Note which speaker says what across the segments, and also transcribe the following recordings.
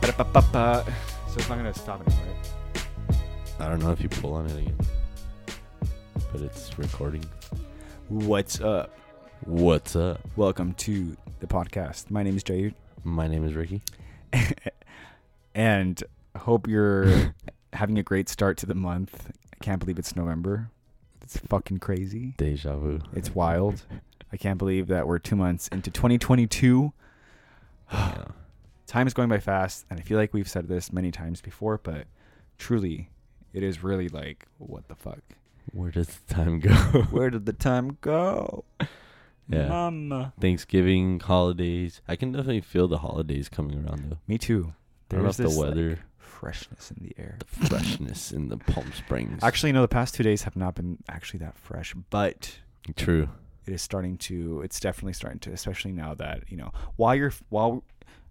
Speaker 1: Ba-ba-ba. So it's not gonna stop anymore. right?
Speaker 2: I don't know if you pull on it again, but it's recording.
Speaker 1: What's up?
Speaker 2: What's up?
Speaker 1: Welcome to the podcast. My name is Jair,
Speaker 2: My name is Ricky.
Speaker 1: and hope you're having a great start to the month. I can't believe it's November. It's fucking crazy.
Speaker 2: Deja vu.
Speaker 1: It's wild. I can't believe that we're two months into 2022.
Speaker 2: Yeah.
Speaker 1: Time is going by fast, and I feel like we've said this many times before, but truly, it is really like, what the fuck?
Speaker 2: Where does the time go?
Speaker 1: Where did the time go?
Speaker 2: Yeah.
Speaker 1: Mama.
Speaker 2: Thanksgiving, holidays. I can definitely feel the holidays coming around though.
Speaker 1: Me too.
Speaker 2: I don't know
Speaker 1: There's
Speaker 2: if the
Speaker 1: this, like,
Speaker 2: weather,
Speaker 1: freshness in the air.
Speaker 2: the freshness in the Palm Springs.
Speaker 1: Actually, no, the past two days have not been actually that fresh, but
Speaker 2: true.
Speaker 1: it is starting to. It's definitely starting to, especially now that you know. While you're while,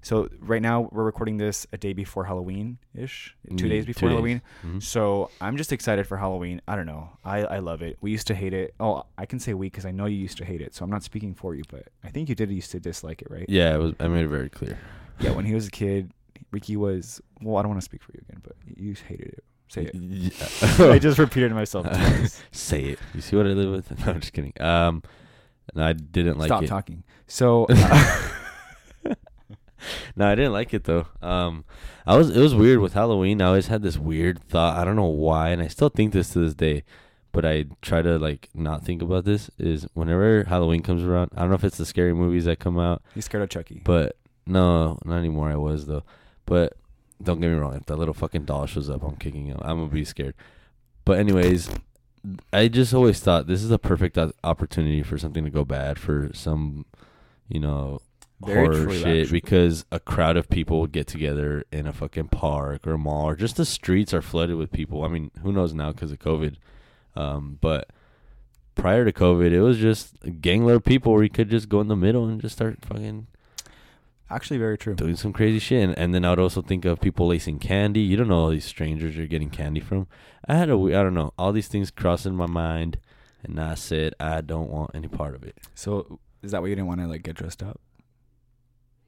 Speaker 1: so right now we're recording this a day before Halloween ish, two
Speaker 2: Mm,
Speaker 1: days before Halloween.
Speaker 2: Mhm.
Speaker 1: So I'm just excited for Halloween. I don't know. I I love it. We used to hate it. Oh, I can say we because I know you used to hate it. So I'm not speaking for you, but I think you did used to dislike it, right?
Speaker 2: Yeah, it was, I made it very clear.
Speaker 1: Yeah. When he was a kid, Ricky was. Well, I don't want to speak for you again, but you hated it. Say it.
Speaker 2: Yeah.
Speaker 1: I just repeated myself twice.
Speaker 2: Say it. You see what I live with? No, I'm just kidding. Um, no, I didn't like
Speaker 1: Stop
Speaker 2: it.
Speaker 1: talking. So
Speaker 2: No, I didn't like it though. Um, I was it was weird with Halloween. I always had this weird thought. I don't know why, and I still think this to this day. But I try to like not think about this. Is whenever Halloween comes around, I don't know if it's the scary movies that come out,
Speaker 1: he's scared of Chucky.
Speaker 2: but no, not anymore. I was though. But don't get me wrong. If that little fucking doll shows up, I'm kicking him. I'm gonna be scared. But anyways, I just always thought this is a perfect o- opportunity for something to go bad for some, you know,
Speaker 1: Very
Speaker 2: horror
Speaker 1: true,
Speaker 2: shit
Speaker 1: actually.
Speaker 2: because a crowd of people would get together in a fucking park or a mall or just the streets are flooded with people. I mean, who knows now because of COVID, um, but. Prior to COVID, it was just a gangler of people where you could just go in the middle and just start fucking
Speaker 1: Actually, very true.
Speaker 2: doing some crazy shit. And, and then I would also think of people lacing candy. You don't know all these strangers you're getting candy from. I had a, we- I don't know, all these things crossing my mind. And I said, I don't want any part of it.
Speaker 1: So is that why you didn't want to like get dressed up?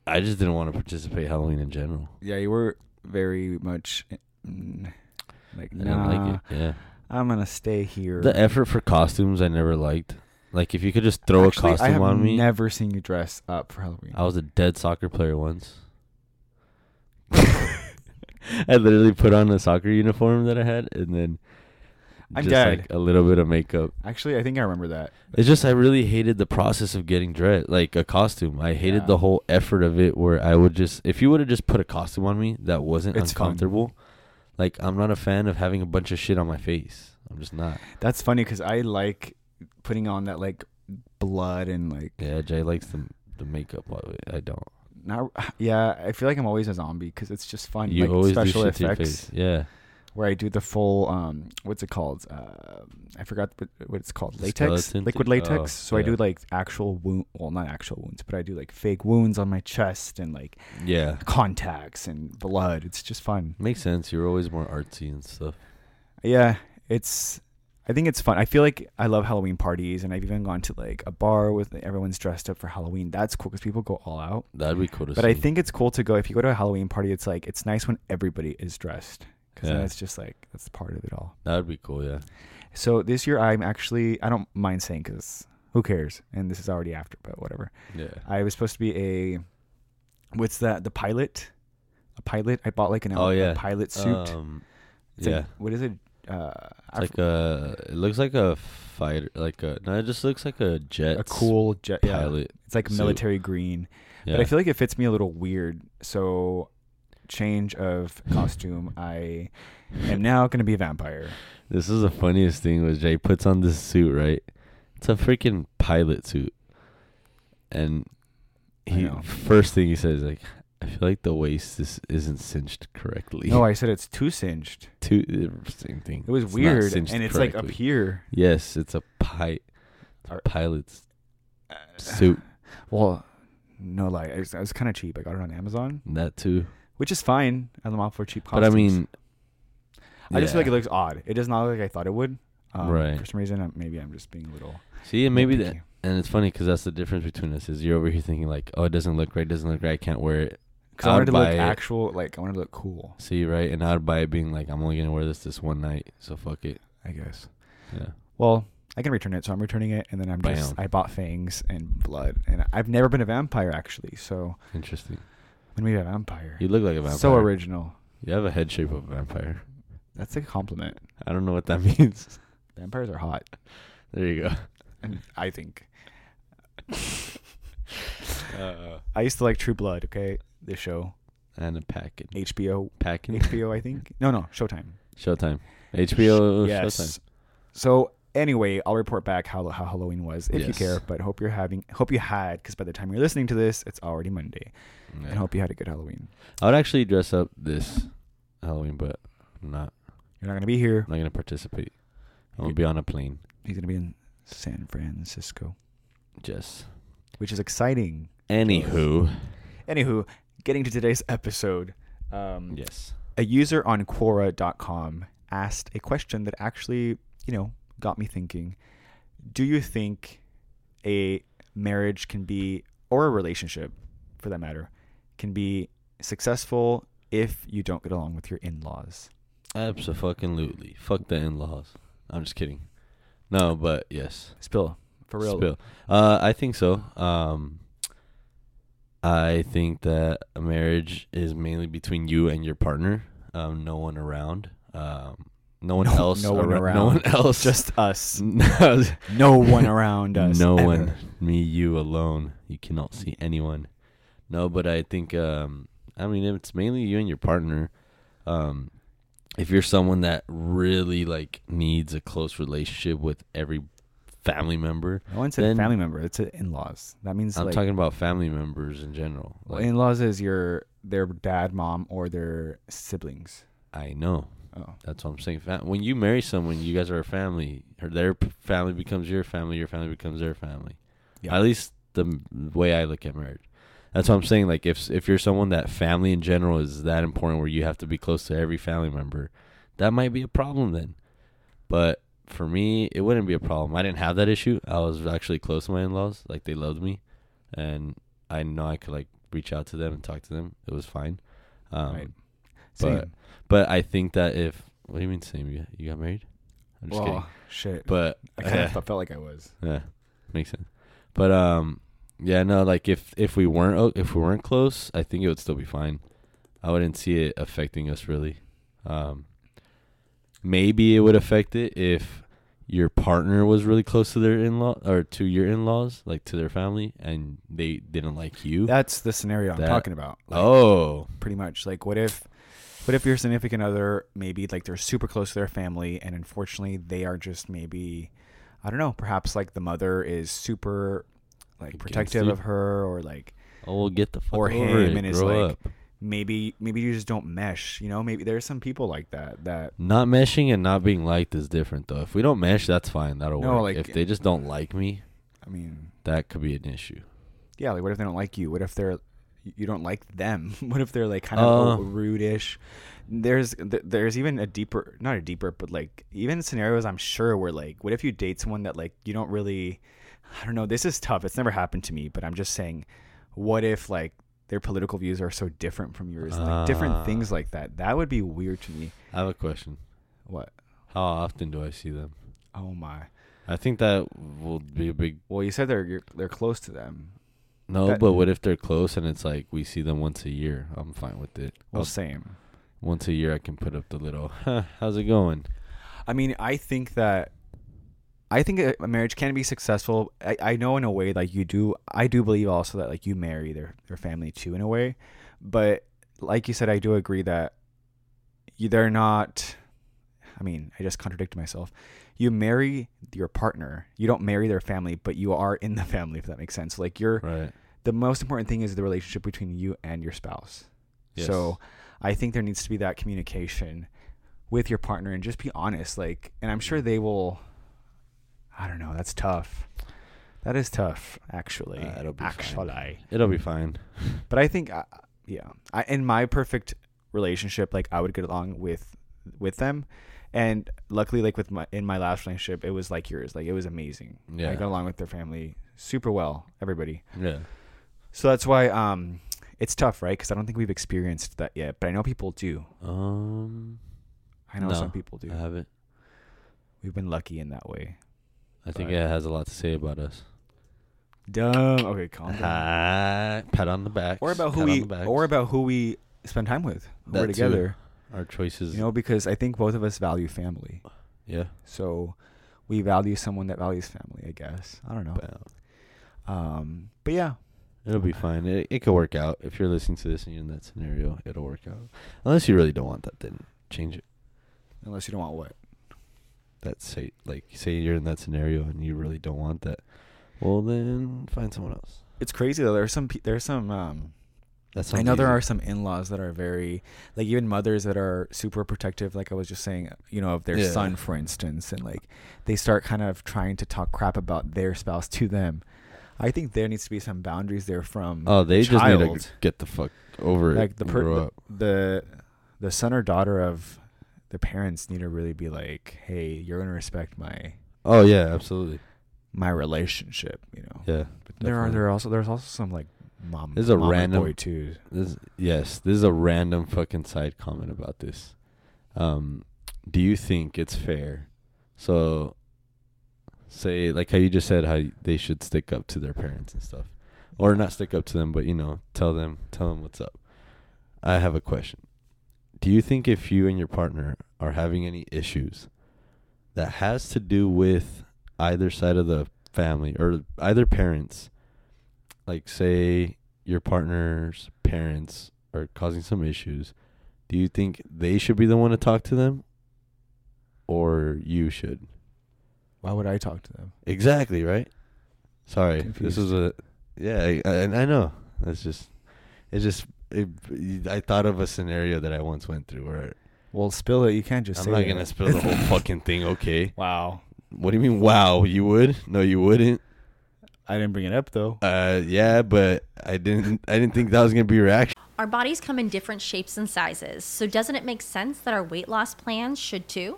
Speaker 2: I just didn't want to participate Halloween in general.
Speaker 1: Yeah, you were very much mm, like nah.
Speaker 2: I didn't like it. Yeah.
Speaker 1: I'm gonna stay here.
Speaker 2: The effort for costumes I never liked. Like if you could just throw
Speaker 1: Actually,
Speaker 2: a
Speaker 1: I have
Speaker 2: costume on me.
Speaker 1: Never seen you dress up for Halloween.
Speaker 2: I was a dead soccer player once. I literally put on a soccer uniform that I had and then
Speaker 1: I'm
Speaker 2: just
Speaker 1: dead.
Speaker 2: like a little bit of makeup.
Speaker 1: Actually, I think I remember that.
Speaker 2: It's just I really hated the process of getting dressed, like a costume. I hated
Speaker 1: Yeah.
Speaker 2: the whole effort of it. Where I would just, if you would have just put a costume on me that wasn't
Speaker 1: It's fun.
Speaker 2: uncomfortable, like I'm not a fan of having a bunch of shit on my face. I'm just not.
Speaker 1: That's funny because I like putting on that like blood and like
Speaker 2: Yeah, Jay likes the the makeup. of it. I don't.
Speaker 1: not. Yeah, I feel like I'm always a zombie because it's just fun.
Speaker 2: you
Speaker 1: like
Speaker 2: always
Speaker 1: special
Speaker 2: do shit
Speaker 1: effects.
Speaker 2: to your face. Yeah,
Speaker 1: where I do the full um what's it called? Uh, I forgot what, what it's called. Latex,
Speaker 2: Skeleton
Speaker 1: liquid
Speaker 2: thing?
Speaker 1: latex. so
Speaker 2: Oh,
Speaker 1: I
Speaker 2: yeah.
Speaker 1: do like actual wound, well not actual wounds, but I do like fake wounds on my chest and like
Speaker 2: yeah,
Speaker 1: contacts and blood. It's just fun.
Speaker 2: makes sense. You're always more artsy and stuff.
Speaker 1: Yeah, it's I think it's fun. I feel like I love Halloween parties and I've even gone to like a bar with everyone's dressed up for Halloween. That's cool cuz people go all out.
Speaker 2: That'd be cool to see.
Speaker 1: But I think it's cool to go if you go to a Halloween party, it's like it's nice when everybody is dressed cuz then
Speaker 2: Yeah.
Speaker 1: it's just like that's part of it all.
Speaker 2: that'd be cool. Yeah,
Speaker 1: So this year, I'm actually I don't mind saying because who cares? And this is already after, but whatever.
Speaker 2: yeah.
Speaker 1: I was supposed to be a what's that? The pilot, a pilot. I bought like an
Speaker 2: Oh,
Speaker 1: out- a
Speaker 2: yeah.
Speaker 1: pilot suit.
Speaker 2: Um,
Speaker 1: it's
Speaker 2: yeah.
Speaker 1: Like, what is it? Uh, I
Speaker 2: It's like a, it looks like a fighter, like a, no, it just looks like a
Speaker 1: f-
Speaker 2: jet.
Speaker 1: a cool jet. Yeah,
Speaker 2: pilot.
Speaker 1: it's like
Speaker 2: suit.
Speaker 1: military green,
Speaker 2: Yeah.
Speaker 1: but I feel like it fits me a little weird. So change of costume. I am now gonna be a vampire.
Speaker 2: This is the funniest thing was Jay puts on this suit, right? It's a freaking pilot suit. And
Speaker 1: I
Speaker 2: he
Speaker 1: know.
Speaker 2: first thing he says like I feel like the waist is isn't cinched correctly.
Speaker 1: No, I said it's too singed.
Speaker 2: Two, uh, same thing.
Speaker 1: It was
Speaker 2: It's not
Speaker 1: weird,
Speaker 2: cinched
Speaker 1: and it's like up
Speaker 2: correctly.
Speaker 1: here.
Speaker 2: Yes, it's a pi- it's a
Speaker 1: Are-
Speaker 2: pilot's suit.
Speaker 1: Well, no lie, it was, it was kind of cheap. I got it on Amazon,
Speaker 2: That too.
Speaker 1: which is fine. I'm all for cheap
Speaker 2: But I
Speaker 1: costumes.
Speaker 2: mean
Speaker 1: I just feel like it
Speaker 2: yeah.
Speaker 1: looks odd. It does not look like I thought it would. Um,
Speaker 2: Right.
Speaker 1: For some reason, I'm, maybe I'm just being a little.
Speaker 2: See, and maybe that
Speaker 1: nitpicky.
Speaker 2: and it's funny cuz that's the difference between us is you're over here thinking like, "Oh, it doesn't look right, doesn't look right, I can't wear it."
Speaker 1: because I
Speaker 2: I'd
Speaker 1: wanted to look
Speaker 2: buy it.
Speaker 1: actual, like I wanted to look cool.
Speaker 2: See, right? And I'd buy it being like, I'm only gonna wear this this one night, so fuck it.
Speaker 1: I guess.
Speaker 2: Yeah.
Speaker 1: Well, I can return it, so I'm returning it, and then I'm just
Speaker 2: Bam.
Speaker 1: I bought fangs and blood, and I've never been a vampire actually, so
Speaker 2: Interesting.
Speaker 1: I'm gonna be a vampire.
Speaker 2: You look like a vampire.
Speaker 1: So original.
Speaker 2: You have a head shape of a vampire.
Speaker 1: That's a compliment.
Speaker 2: I don't know what that means.
Speaker 1: Vampires are hot.
Speaker 2: There you go.
Speaker 1: and I think
Speaker 2: Uh,
Speaker 1: I used to like True Blood. Okay, this show
Speaker 2: and a packet.
Speaker 1: HBO,
Speaker 2: Packing.
Speaker 1: HBO, I think. No, no, Showtime.
Speaker 2: Showtime. HBO Oh, Showtime.
Speaker 1: yes. So anyway, I'll report back how how Halloween was if you
Speaker 2: Yes.
Speaker 1: care. But hope you're having hope you had because by the time you're listening to this, it's already Monday.
Speaker 2: Yeah.
Speaker 1: And hope you had a good Halloween.
Speaker 2: I would actually dress up this Halloween, but I'm not.
Speaker 1: You're not gonna be here.
Speaker 2: I'm not gonna participate.
Speaker 1: You-
Speaker 2: I'm gonna be on a plane.
Speaker 1: He's gonna be in San Francisco,
Speaker 2: Just.
Speaker 1: which is exciting.
Speaker 2: Anywho.
Speaker 1: Anywho, getting to today's episode. Um,
Speaker 2: Yes.
Speaker 1: a user on Quora.com asked a question that actually, you know, got me thinking. Do you think a marriage can be, or a relationship for that matter, can be successful if you don't get along with your in laws?
Speaker 2: Absolutely. Fuck the in-laws. I'm just kidding. No, but yes.
Speaker 1: Spill, for real.
Speaker 2: Spill. Uh, I think so. Um, I think that a marriage is mainly between you and your partner. Um, no one around. Um, no one
Speaker 1: No-
Speaker 2: else.
Speaker 1: no one
Speaker 2: arou- No
Speaker 1: around.
Speaker 2: one else.
Speaker 1: Just us.
Speaker 2: no
Speaker 1: No one around us.
Speaker 2: no
Speaker 1: ever.
Speaker 2: one. Me, you alone. You cannot see anyone. No, but I think um I mean it's mainly you and your partner. Um if you're someone that really like needs a close relationship with every family member.
Speaker 1: No one said
Speaker 2: Then-
Speaker 1: family member. It's in laws. That means
Speaker 2: I'm
Speaker 1: like
Speaker 2: talking about family members in general. Like
Speaker 1: in laws is your their dad, mom, or their siblings.
Speaker 2: I know.
Speaker 1: Oh.
Speaker 2: That's what I'm saying. Fam- when you marry someone, you guys are a family. Or their p- family becomes your family. Your family becomes their family.
Speaker 1: Yeah.
Speaker 2: At least the m- way I look at marriage. That's what I'm saying. Like if s- if you're someone that family in general is that important, where you have to be close to every family member, that might be a problem then. But for me, it wouldn't be a problem. I didn't have that issue. I was actually close to my in-laws. Like they loved me, and I know I could like reach out to them and talk to them. It was fine. Um,
Speaker 1: Right.
Speaker 2: but-
Speaker 1: Same.
Speaker 2: but I think that if what do you mean same? You, you got married? I'm just
Speaker 1: Well,
Speaker 2: kidding.
Speaker 1: shit.
Speaker 2: But
Speaker 1: I kind
Speaker 2: yeah,
Speaker 1: of felt like I was.
Speaker 2: yeah, makes sense. But um, yeah, no, like if if we weren't o- if we weren't close, I think it would still be fine. I wouldn't see it affecting us really. Um, maybe it would affect it if your partner was really close to their in law or to your in laws, like to their family, and they didn't like you.
Speaker 1: That's the scenario I'm
Speaker 2: That-
Speaker 1: talking about. Like,
Speaker 2: oh,
Speaker 1: pretty much. Like, what if, what if your significant other maybe like they're super close to their family, and unfortunately they are just maybe, I don't know, perhaps like the mother is super, like
Speaker 2: Against
Speaker 1: protective
Speaker 2: you?
Speaker 1: of her, or like
Speaker 2: oh, well, get the fuck
Speaker 1: Or
Speaker 2: over
Speaker 1: him
Speaker 2: it.
Speaker 1: and his,
Speaker 2: Grow
Speaker 1: like,
Speaker 2: up.
Speaker 1: maybe maybe you just don't mesh. You know, maybe there's some people like that that
Speaker 2: Not meshing and not being liked is different though. If we don't mesh, that's fine. That'll
Speaker 1: No,
Speaker 2: work.
Speaker 1: like-
Speaker 2: if they just don't like me,
Speaker 1: I mean,
Speaker 2: that could be an issue.
Speaker 1: yeah. Like, what if they don't like you? What if they're you don't like them? What if they're like kind
Speaker 2: Uh.
Speaker 1: of rude-ish? There's th- there's even a deeper, not a deeper, but like even scenarios I'm sure where like, what if you date someone that like you don't really, I don't know. This is tough. It's never happened to me, but I'm just saying, what if like their political views are so different from yours, like
Speaker 2: Ah.
Speaker 1: different things like that? That would be weird to me.
Speaker 2: I have a question.
Speaker 1: What?
Speaker 2: How often do I see them?
Speaker 1: Oh my.
Speaker 2: I think that will be a big
Speaker 1: Well, you said they're you're, they're close to them.
Speaker 2: no.
Speaker 1: That-
Speaker 2: but what if they're close and it's like we see them once a year? I'm fine with it.
Speaker 1: Well,
Speaker 2: I'll-
Speaker 1: same.
Speaker 2: once a year, I can put up the little. "Huh, How's it going?
Speaker 1: I mean, I think that I think a a marriage can be successful. I, I know in a way, like you do. I do believe also that like you marry their their family too in a way, but like you said, I do agree that you, they're not. I mean, I just contradicted myself. You marry your partner. You don't marry their family, but you are in the family. If that makes sense, like you're
Speaker 2: Right.
Speaker 1: the most important thing is the relationship between you and your spouse.
Speaker 2: Yes.
Speaker 1: So I think there needs to be that communication with your partner and just be honest. Like, and I'm sure they will. I don't know. That's tough. That is tough, actually.
Speaker 2: Uh, it'll be fine.
Speaker 1: actually,
Speaker 2: it'll be fine.
Speaker 1: but I think, uh, yeah, I in my perfect relationship, like I would get along with with them, and luckily, like with my in my last relationship, it was like yours. Like it was amazing.
Speaker 2: Yeah.
Speaker 1: I got along with their family super well. Everybody.
Speaker 2: Yeah.
Speaker 1: So that's why um, It's tough, right? Because I don't think we've experienced that yet, but I know people do.
Speaker 2: Um,
Speaker 1: I know
Speaker 2: No, Uh.
Speaker 1: some people do.
Speaker 2: I haven't.
Speaker 1: We've been lucky in that way.
Speaker 2: I think
Speaker 1: But-
Speaker 2: it has a lot to say about us.
Speaker 1: Dumb. Okay, calm down.
Speaker 2: Ah, pat on the back.
Speaker 1: or about who we or about who we spend time with. Who
Speaker 2: That
Speaker 1: we're
Speaker 2: too.
Speaker 1: together.
Speaker 2: our choices.
Speaker 1: You know, because I think both of us value family.
Speaker 2: yeah.
Speaker 1: So we value someone that values family, I guess. I don't know.
Speaker 2: But
Speaker 1: Um, but yeah,
Speaker 2: it'll be fine. It, it could work out. If you're listening to this and you're in that scenario, it'll work out. Unless you really don't want that, then change it.
Speaker 1: unless you don't want what?
Speaker 2: That say like say you're in that scenario and you really don't want that. Well, then find someone else.
Speaker 1: It's crazy though. There are some pe- there are some um
Speaker 2: That's
Speaker 1: I know there are some in-laws that are very like even mothers that are super protective like I was just saying, you know, of their
Speaker 2: Yeah.
Speaker 1: son for instance and like they start kind of trying to talk crap about their spouse to them. I think there needs to be some boundaries there from
Speaker 2: Oh, they just need to
Speaker 1: child.
Speaker 2: get the fuck over
Speaker 1: like
Speaker 2: it.
Speaker 1: the
Speaker 2: and
Speaker 1: per-
Speaker 2: grow
Speaker 1: the,
Speaker 2: up.
Speaker 1: the the son or daughter of the parents need to really be like, "Hey, you're going to respect my
Speaker 2: Oh yeah, absolutely.
Speaker 1: my relationship," you know.
Speaker 2: Yeah.
Speaker 1: But there are
Speaker 2: definitely.
Speaker 1: there are also there's also some like mom
Speaker 2: There's a
Speaker 1: mom and
Speaker 2: random-
Speaker 1: boy too.
Speaker 2: This yes, this is a random fucking side comment about this. Um, do you think it's fair? So, say like how you just said how y- they should stick up to their parents and stuff, or not stick up to them, but you know, tell them tell them what's up. I have a question. Do you think if you and your partner are having any issues that has to do with either side of the family or either parents, like say your partner's parents are causing some issues, do you think they should be the one to talk to them or you should?
Speaker 1: Why would I talk to them?
Speaker 2: Exactly, right? Sorry.
Speaker 1: Confused.
Speaker 2: This is a Yeah, I, I, and I know. That's just it's just it, I thought of a scenario that I once went through where
Speaker 1: Well, spill it. You can't just.
Speaker 2: I'm
Speaker 1: say
Speaker 2: not
Speaker 1: it.
Speaker 2: going to spill the whole fucking thing, okay?
Speaker 1: Wow,
Speaker 2: What do you mean wow, you would? No, you wouldn't.
Speaker 1: I didn't bring it up though.
Speaker 2: Uh yeah, but I didn't I didn't think that was going to be your reaction.
Speaker 3: Our bodies come in different shapes and sizes, so doesn't it make sense that our weight loss plans should too?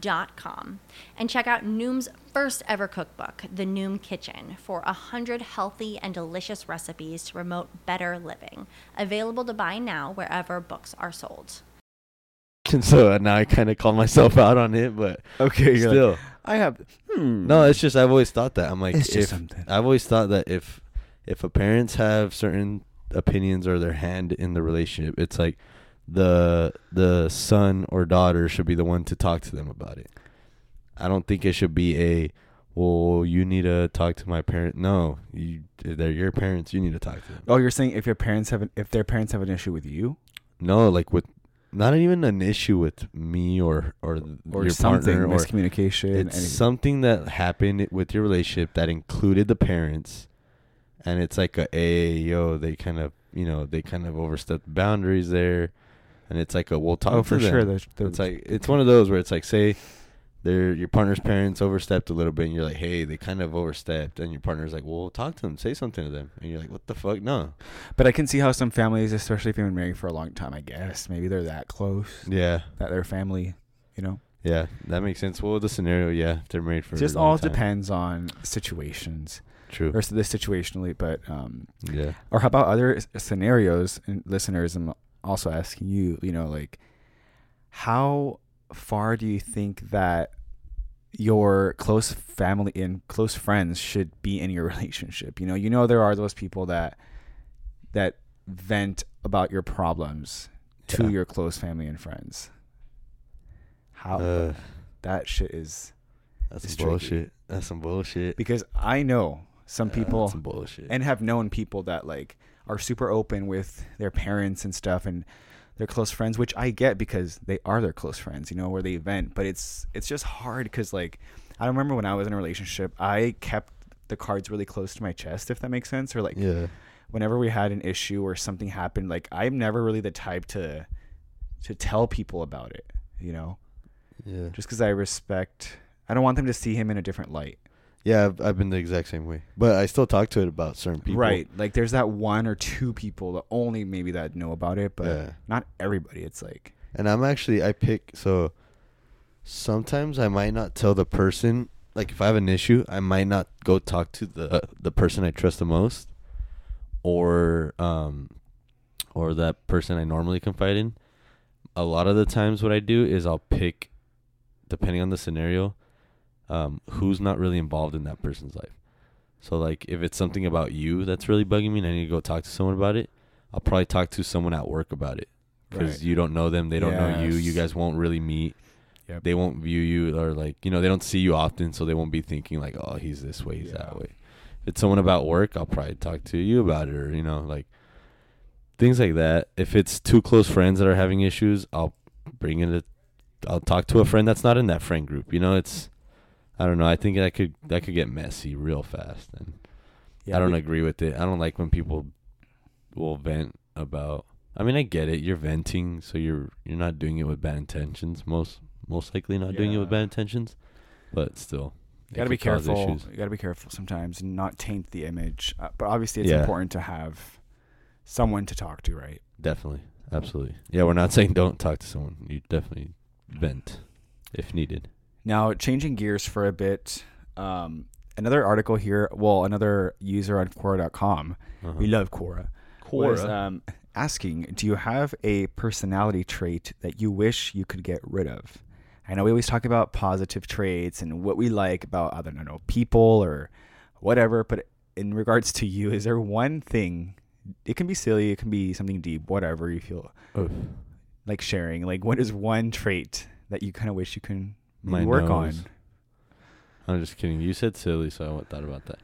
Speaker 3: noom.com and check out Noom's first ever cookbook, The Noom Kitchen, for 100 healthy and delicious recipes to promote better living. Available to buy now wherever books are sold.
Speaker 2: And so uh, now I kind of call myself out on it, but
Speaker 1: Okay, you're like,
Speaker 2: still,
Speaker 1: I have. Hmm.
Speaker 2: no. It's just I've always thought that I'm like,
Speaker 1: It's just
Speaker 2: if,
Speaker 1: something.
Speaker 2: I've always thought that if if a parents have certain opinions or their hand in the relationship, it's like the the son or daughter should be the one to talk to them about it. I don't think it should be a well, you need to talk to my parent. No, you, they're your parents. You need to talk to them.
Speaker 1: Oh, you're saying if your parents have an, if their parents have an issue with you
Speaker 2: No, like with not even an issue with me or or,
Speaker 1: or
Speaker 2: your
Speaker 1: something,
Speaker 2: partner or
Speaker 1: miscommunication,
Speaker 2: it's
Speaker 1: anything.
Speaker 2: something that happened with your relationship that included the parents and it's like a hey yo they kind of you know they kind of overstepped boundaries there and it's like a we'll talk
Speaker 1: oh,
Speaker 2: to
Speaker 1: for
Speaker 2: them.
Speaker 1: sure. The, the,
Speaker 2: it's like it's one of those where it's like say their your partner's parents overstepped a little bit and you're like hey they kind of overstepped and your partner's like well talk to them say something to them and you're like what the fuck no
Speaker 1: but I can see how some families, especially if you've been married for a long time, I guess maybe they're that close
Speaker 2: yeah
Speaker 1: that their family, you know.
Speaker 2: yeah that makes sense well the scenario yeah if they're married for a
Speaker 1: just
Speaker 2: long
Speaker 1: all
Speaker 2: time.
Speaker 1: depends on situations
Speaker 2: true
Speaker 1: or s- this situationally, but um,
Speaker 2: yeah
Speaker 1: or how about other s- scenarios and listeners i'm also asking you you know like how far do you think that your close family and close friends should be in your relationship you know you know there are those people that that vent about your problems to
Speaker 2: Yeah.
Speaker 1: your close family and friends how
Speaker 2: uh,
Speaker 1: that shit is
Speaker 2: that's
Speaker 1: It's
Speaker 2: some
Speaker 1: tricky.
Speaker 2: bullshit that's some bullshit
Speaker 1: because i know some
Speaker 2: Yeah,
Speaker 1: people
Speaker 2: that's some bullshit.
Speaker 1: and have known people that like are super open with their parents and stuff and their close friends, which I get because they are their close friends, you know, where they vent. But it's it's just hard because like I remember when I was in a relationship, I kept the cards really close to my chest, if that makes sense, or like
Speaker 2: Yeah.
Speaker 1: whenever we had an issue or something happened, like I'm never really the type to to tell people about it, you know,
Speaker 4: Yeah.
Speaker 1: just because I respect. I don't want them to see him in a different light.
Speaker 4: Yeah, I've, I've been the exact same way. But I still talk to it about certain people.
Speaker 1: Right. Like there's that one or two people that only maybe that know about it, but
Speaker 4: Yeah.
Speaker 1: not everybody. It's like
Speaker 4: And I'm actually I pick so sometimes I might not tell the person like if I have an issue, I might not go talk to the the person I trust the most or um
Speaker 2: or that person I normally confide in, a lot of the times what I do is I'll pick, depending on the scenario, um, who's not really involved in that person's life. So like if it's something about you that's really bugging me and I need to go talk to someone about it, I'll probably talk to someone at work about it because you don't know them, they don't know you, you
Speaker 1: Yes.
Speaker 2: guys won't really meet.
Speaker 1: Yep.
Speaker 2: They won't view you or like you know they don't see you often, so they won't be thinking like oh he's this way, he's that
Speaker 1: Yeah.
Speaker 2: way. If it's someone about work, I'll probably talk to you about it or you know like things like that. If it's two close friends that are having issues, I'll bring it. A, I'll talk to a friend that's not in that friend group. You know, it's I don't know. I think that could that could get messy real fast, and
Speaker 1: yeah,
Speaker 2: I don't
Speaker 1: we-
Speaker 2: agree with it. I don't like when people will vent about. I mean, I get it. You're venting, so you're you're not doing it with bad intentions. Most most likely not doing it with
Speaker 1: Yeah.
Speaker 2: bad intentions, but still,
Speaker 1: You
Speaker 2: it
Speaker 1: gotta be
Speaker 2: could cause
Speaker 1: careful.
Speaker 2: issues.
Speaker 1: You gotta be careful sometimes, and not taint the image. Uh, but obviously, it's
Speaker 2: Yeah.
Speaker 1: important to have someone to talk to, right?
Speaker 2: Definitely, absolutely. Yeah, we're not saying don't talk to someone. You definitely vent if needed.
Speaker 1: Now, changing gears for a bit. Um, another article here. Well, another user on Quora.com.
Speaker 2: Uh-huh.
Speaker 1: We love Quora. was, um, asking, do you have a personality trait that you wish you could get rid of? I know we always talk about positive traits and what we like about I don't know people or whatever, but in regards to you, is there one thing? It can be silly, it can be something deep, whatever you feel like sharing. Like, what is one trait that you kind of wish you can
Speaker 2: My
Speaker 1: work
Speaker 2: nose.
Speaker 1: on?
Speaker 2: I'm just kidding. You said silly, so I thought about that.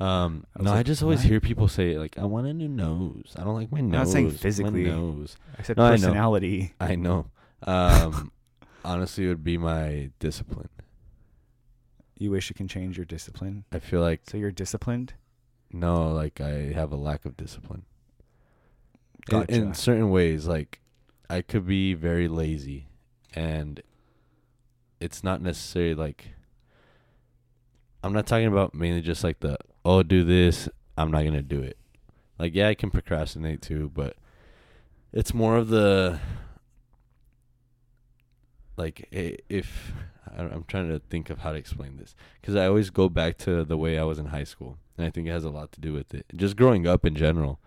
Speaker 2: Um,
Speaker 1: I was
Speaker 2: no, I
Speaker 1: like,
Speaker 2: just always
Speaker 1: what?
Speaker 2: hear people say like, "I want a new nose." I don't like my nose.
Speaker 1: not saying
Speaker 2: My
Speaker 1: physically.
Speaker 2: nose.
Speaker 1: I said
Speaker 2: No, I know.
Speaker 1: personality.
Speaker 2: I know. Um, honestly, it would be my discipline.
Speaker 1: You wish you can change your discipline.
Speaker 2: I feel like
Speaker 1: So you're disciplined.
Speaker 2: no, like I have a lack of discipline. In- In,
Speaker 1: Gotcha.
Speaker 2: certain ways, like I could be very lazy, and it's not necessarily like. I'm not talking about mainly just like the oh do this I'm not gonna do it. Like yeah, I can procrastinate too, but it's more of the like i- if I don't- I'm trying to think of how to explain this because I always go back to the way I was in high school, and I think it has a lot to do with it. Just growing up in general,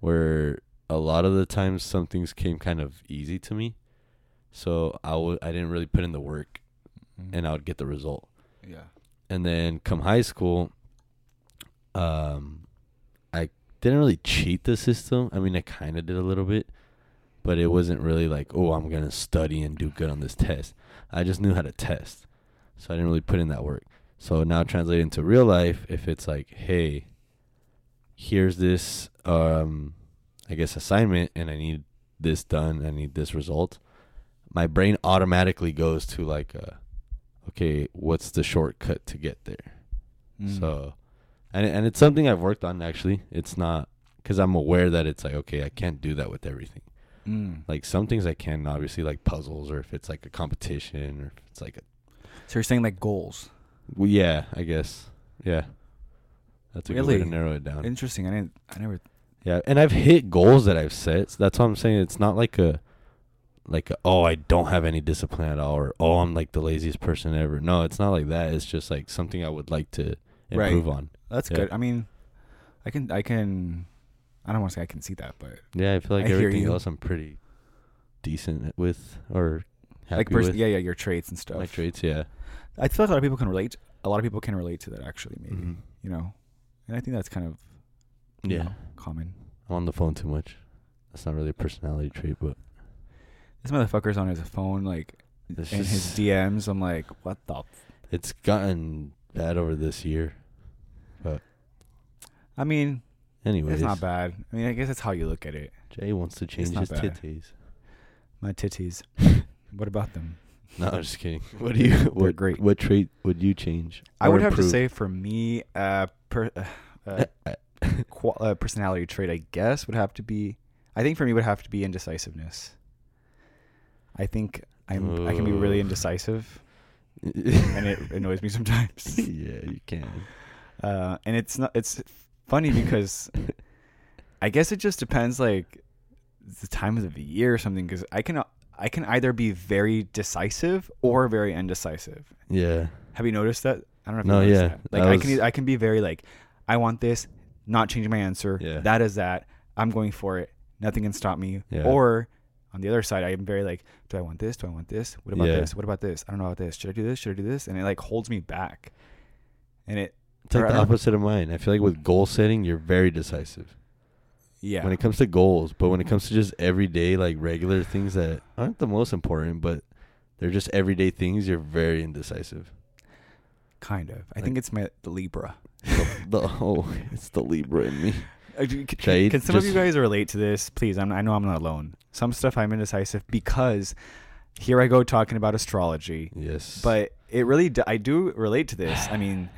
Speaker 2: where a lot of the times some things came kind of easy to me, so I w- I didn't really put in the work, and I would get the result
Speaker 1: yeah.
Speaker 2: and then come high school, um, I didn't really cheat the system. I mean, I kind of did a little bit, but it wasn't really like, oh, I'm gonna study and do good on this test. I just knew how to test, so I didn't really put in that work. So now translate into real life. If it's like, hey, here's this, um, I guess assignment, and I need this done. I need this result. My brain automatically goes to like, uh, okay, what's the shortcut to get there?
Speaker 1: Mm.
Speaker 2: So, and and it's something I've worked on actually. It's not because I'm aware that it's like okay, I can't do that with everything.
Speaker 1: Mm.
Speaker 2: Like some things I can obviously like puzzles or if it's like a competition or if it's like a
Speaker 1: so you're saying like goals.
Speaker 2: well, yeah, I guess yeah. That's a good way to
Speaker 1: Really?
Speaker 2: narrow it down.
Speaker 1: Interesting. I didn't. I never.
Speaker 2: Yeah, and I've hit goals that I've set. So that's what I'm saying. It's not like a like a, oh I don't have any discipline at all or oh I'm like the laziest person ever. No, it's not like that. It's just like something I would like to
Speaker 1: Right.
Speaker 2: improve on.
Speaker 1: That's
Speaker 2: Yeah.
Speaker 1: good. I mean, I can. I can. I don't want to say I can see that, but
Speaker 2: Yeah, I feel like
Speaker 1: I hear
Speaker 2: everything
Speaker 1: you.
Speaker 2: else I'm pretty decent with or happy
Speaker 1: like, pers-
Speaker 2: with.
Speaker 1: yeah, yeah, your traits and stuff.
Speaker 2: my traits, yeah.
Speaker 1: I feel like a lot of people can relate. A lot of people can relate to that, actually. Maybe
Speaker 2: Mhm.
Speaker 1: you know, and I think that's kind of you
Speaker 2: Yeah.
Speaker 1: know, common.
Speaker 2: I'm on the phone too much. That's not really a personality trait, but
Speaker 1: This motherfucker's on his phone, like
Speaker 2: This
Speaker 1: in his
Speaker 2: is-
Speaker 1: DMs. I'm like, what the? F-?
Speaker 2: it's gotten bad over this year.
Speaker 1: I mean,
Speaker 2: Anyways,
Speaker 1: it's not bad. I mean, I guess that's how you look at it.
Speaker 2: Jay wants to change
Speaker 1: not
Speaker 2: his
Speaker 1: bad.
Speaker 2: titties.
Speaker 1: My titties. what about them?
Speaker 2: No, I'm just kidding. What do you? What
Speaker 1: great.
Speaker 2: What trait would you change?
Speaker 1: I
Speaker 2: or
Speaker 1: would have to
Speaker 2: improve?
Speaker 1: say for me, uh, per, uh, uh, qual- uh, personality trait, I guess, would have to be. I think for me would have to be indecisiveness. I think I'm. I can be really
Speaker 2: Ooh.
Speaker 1: indecisive, and it annoys me sometimes.
Speaker 2: yeah, you can.
Speaker 1: Uh, and it's not. It's funny because I guess it just depends, like the time of the year or something. Because I can. I can either be very decisive or very indecisive.
Speaker 2: Yeah.
Speaker 1: Have you noticed that? I don't know if
Speaker 2: No,
Speaker 1: you noticed
Speaker 2: yeah,
Speaker 1: that. Like
Speaker 2: that
Speaker 1: I can e,
Speaker 2: was-
Speaker 1: I can be very like, I want this, not change my answer.
Speaker 2: Yeah.
Speaker 1: That is that. I'm going for it. Nothing can stop me.
Speaker 2: Yeah.
Speaker 1: Or on the other side, I am very like, do I want this? Do I want this? What about
Speaker 2: Yeah.
Speaker 1: this? What about this? I don't know about this. Should I do this? Should I do this? And it like holds me back. And it
Speaker 2: It's like
Speaker 1: Or I
Speaker 2: the
Speaker 1: don't-
Speaker 2: opposite of mine. I feel like with goal setting, you're very decisive
Speaker 1: yeah.
Speaker 2: when it comes to goals, but when it comes to just everyday, like regular things that aren't the most important, but they're just everyday things, you're very indecisive.
Speaker 1: kind of. I
Speaker 2: like-
Speaker 1: think it's my the Libra.
Speaker 2: The, the- oh, it's the Libra in me.
Speaker 1: Uh, do- c-
Speaker 2: Should I
Speaker 1: Can, can some of you
Speaker 2: just-
Speaker 1: guys relate to this? Please, I'm, I know I'm not alone. Some stuff I'm indecisive because here I go talking about astrology.
Speaker 2: Yes,
Speaker 1: but it really d I i do relate to this i mean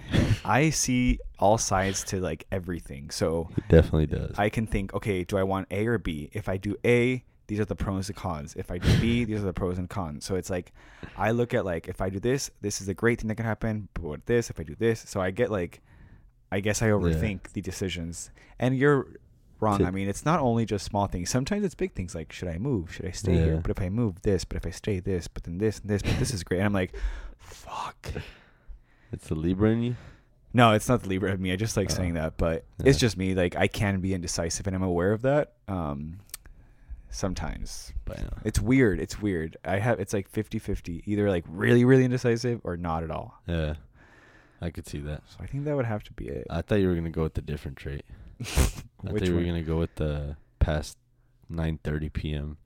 Speaker 1: i see all sides to like everything so
Speaker 2: it definitely does.
Speaker 1: i can think okay do i want a or b if i do a these are the pros and cons if i do b these are the pros and cons so it's like i look at like if i do this this is a great thing that can happen but what this if i do this so i get like i guess i overthink the decisions and you're wrong
Speaker 2: To-
Speaker 1: i mean it's not only just small things sometimes it's big things like should i move should i stay here
Speaker 2: Yeah.
Speaker 1: but if i move this but if i stay this but then this and this but this is great and i'm like fuck
Speaker 2: it's the Libra in you.
Speaker 1: no, it's not the Libra of me. I just like
Speaker 2: Oh.
Speaker 1: saying that, but
Speaker 2: Yeah.
Speaker 1: it's just me. Like I can be indecisive, and I'm aware of that. Um, sometimes, but
Speaker 2: Yeah.
Speaker 1: it's weird. It's weird. I have it's like 50-50, either like really, really indecisive or not at all.
Speaker 2: Yeah, I could see that.
Speaker 1: So I think that would have to be it.
Speaker 2: I thought you were gonna go with the different trait. Uh, I
Speaker 1: Which
Speaker 2: thought you were
Speaker 1: one?
Speaker 2: gonna go with the past 9:30 p.m.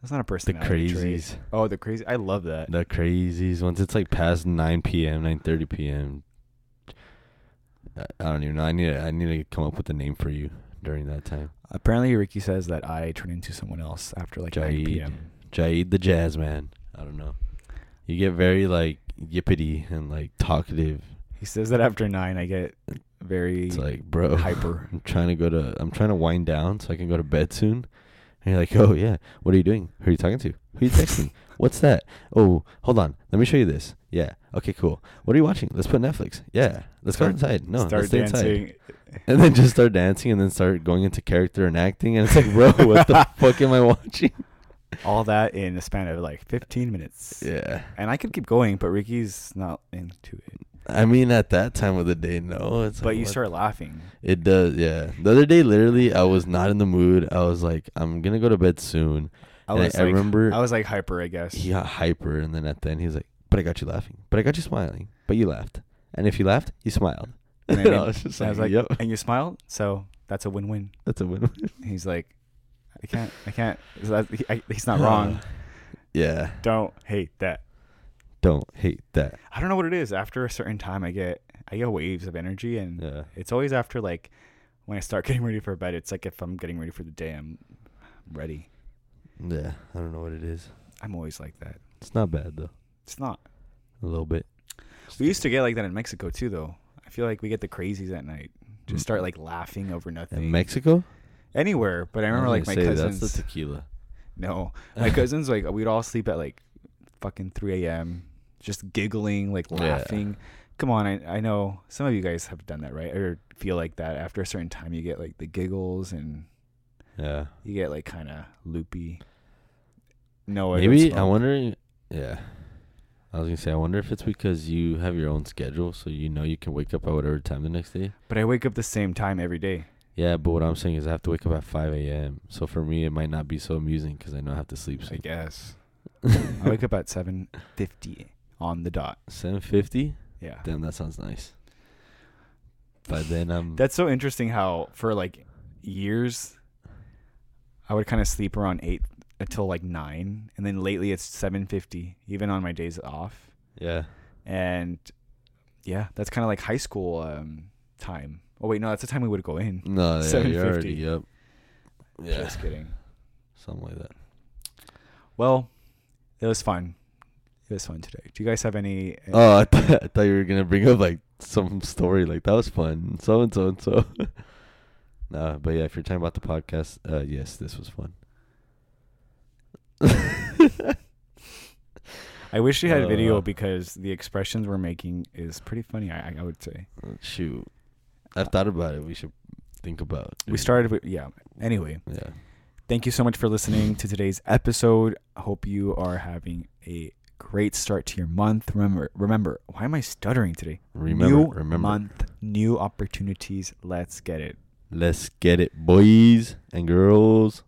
Speaker 1: That's not a
Speaker 2: The
Speaker 1: personality
Speaker 2: crazies.
Speaker 1: trait. Oh, the crazy. I love that.
Speaker 2: The crazies. Once it's like past nine p.m., nine thirty p.m. I, I don't even know. I need. To, I need to come up with a name for you during that time.
Speaker 1: Apparently, Ricky says that I turn into someone else after like 9
Speaker 2: Jaid.
Speaker 1: p.m.
Speaker 2: Jaid the Jazz Man. I don't know. You get very like yippity and like talkative.
Speaker 1: He says that after nine, I get very
Speaker 2: It's like, bro,
Speaker 1: hyper.
Speaker 2: I'm trying to go to. I'm trying to wind down so I can go to bed soon. And you're like, oh yeah, what are you doing? Who are you talking to? Who are you texting? What's that? Oh, hold on. Let me show you this. Yeah. Okay. Cool. What are you watching? Let's put Netflix. Yeah. Let's
Speaker 1: Start-
Speaker 2: go inside. No.
Speaker 1: Start
Speaker 2: let's stay inside.
Speaker 1: dancing.
Speaker 2: and then just start dancing and then start going into character and acting and it's like bro what the fuck am i watching
Speaker 1: All that in a span of like 15 minutes.
Speaker 2: yeah
Speaker 1: And I could keep going, but Ricky's not into it.
Speaker 2: i mean at that time of the day no it's
Speaker 1: But
Speaker 2: like,
Speaker 1: you
Speaker 2: what-
Speaker 1: start laughing.
Speaker 2: it does yeah the other day literally i was not in the mood i was like i'm gonna go to bed soon
Speaker 1: I
Speaker 2: And I-
Speaker 1: was
Speaker 2: I
Speaker 1: like,
Speaker 2: remember-
Speaker 1: I was like hyper, I guess.
Speaker 2: he got hyper and then at the end he was like but i got you laughing but i got you smiling but you laughed and if you laughed you smiled
Speaker 1: And
Speaker 2: and
Speaker 1: I
Speaker 2: I,
Speaker 1: mean-
Speaker 2: was just
Speaker 1: And I was
Speaker 2: like,
Speaker 1: like,
Speaker 2: yep
Speaker 1: and you smiled, so that's a win-win.
Speaker 2: that's a win
Speaker 1: And He's like, I can't, I can't. so that's- he- I- he's not wrong.
Speaker 2: yeah
Speaker 1: Don't hate that.
Speaker 2: don't hate that
Speaker 1: I don't know what it is. After a certain time, I get, I get waves of energy, and
Speaker 2: yeah
Speaker 1: it's always after like when I start getting ready for bed. It's like if I'm getting ready for the day, I'm ready.
Speaker 2: yeah i don't know what it is
Speaker 1: I'm always like that.
Speaker 2: it's not bad though
Speaker 1: It's not.
Speaker 2: a little bit
Speaker 1: We used to get like that in Mexico too, though. I feel like we get the crazies at night. Just start like laughing over nothing.
Speaker 2: Mm. in mexico
Speaker 1: anywhere. But I remember
Speaker 2: was
Speaker 1: like my
Speaker 2: gonna say,
Speaker 1: cousins.
Speaker 2: That's the tequila.
Speaker 1: no, my cousins like we'd all sleep at like fucking 3 a.m. Just giggling, like
Speaker 2: Yeah.
Speaker 1: laughing. Come on, I, I know some of you guys have done that, right? Or feel like that after a certain time, you get like the giggles and
Speaker 2: Yeah.
Speaker 1: you get like kind of loopy. No, I don't
Speaker 2: Maybe I
Speaker 1: smoke.
Speaker 2: wonder. Yeah. I was gonna say I wonder if it's because you have your own schedule, so you know you can wake up at whatever time the next day.
Speaker 1: But I wake up the same time every day.
Speaker 2: Yeah, but what I'm saying is I have to wake up at 5 a.m. So for me, it might not be so amusing because I know I have to sleep
Speaker 1: I
Speaker 2: soon.
Speaker 1: guess I wake up at seven fifty on the dot.
Speaker 2: 7:50.
Speaker 1: Yeah.
Speaker 2: Damn, that sounds nice. But then I'm.
Speaker 1: That's so interesting how for like years I would kind of sleep around 8 until like 9 and then lately it's 7:50 even on my days off.
Speaker 2: yeah.
Speaker 1: And yeah, that's kind of like high school um time. Oh wait, no, that's the time we would go in.
Speaker 2: No, yeah, you're
Speaker 1: 7:50.
Speaker 2: already up. Yeah,
Speaker 1: Just kidding.
Speaker 2: something like that.
Speaker 1: Well, it was fun. It was fun today. Do you guys have any?
Speaker 2: Oh, I, th- I thought you were gonna bring up like some story like that was fun. So and so and so. Nah, but yeah, if you're talking about the podcast, uh, yes, this was fun.
Speaker 1: I wish we had a video
Speaker 2: uh,
Speaker 1: because the expressions we're making is pretty funny. I, I- I would say
Speaker 2: Shoot, I've thought about it. We should think about.
Speaker 1: we
Speaker 2: doing-
Speaker 1: started with yeah. Anyway,
Speaker 2: Yeah.
Speaker 1: thank you so much for listening to today's episode. I hope you are having a great start to your month. Remember, remember. Why am I stuttering today?
Speaker 2: Remember,
Speaker 1: new
Speaker 2: remember.
Speaker 1: month, new opportunities. Let's get it.
Speaker 2: Let's get it, boys and girls.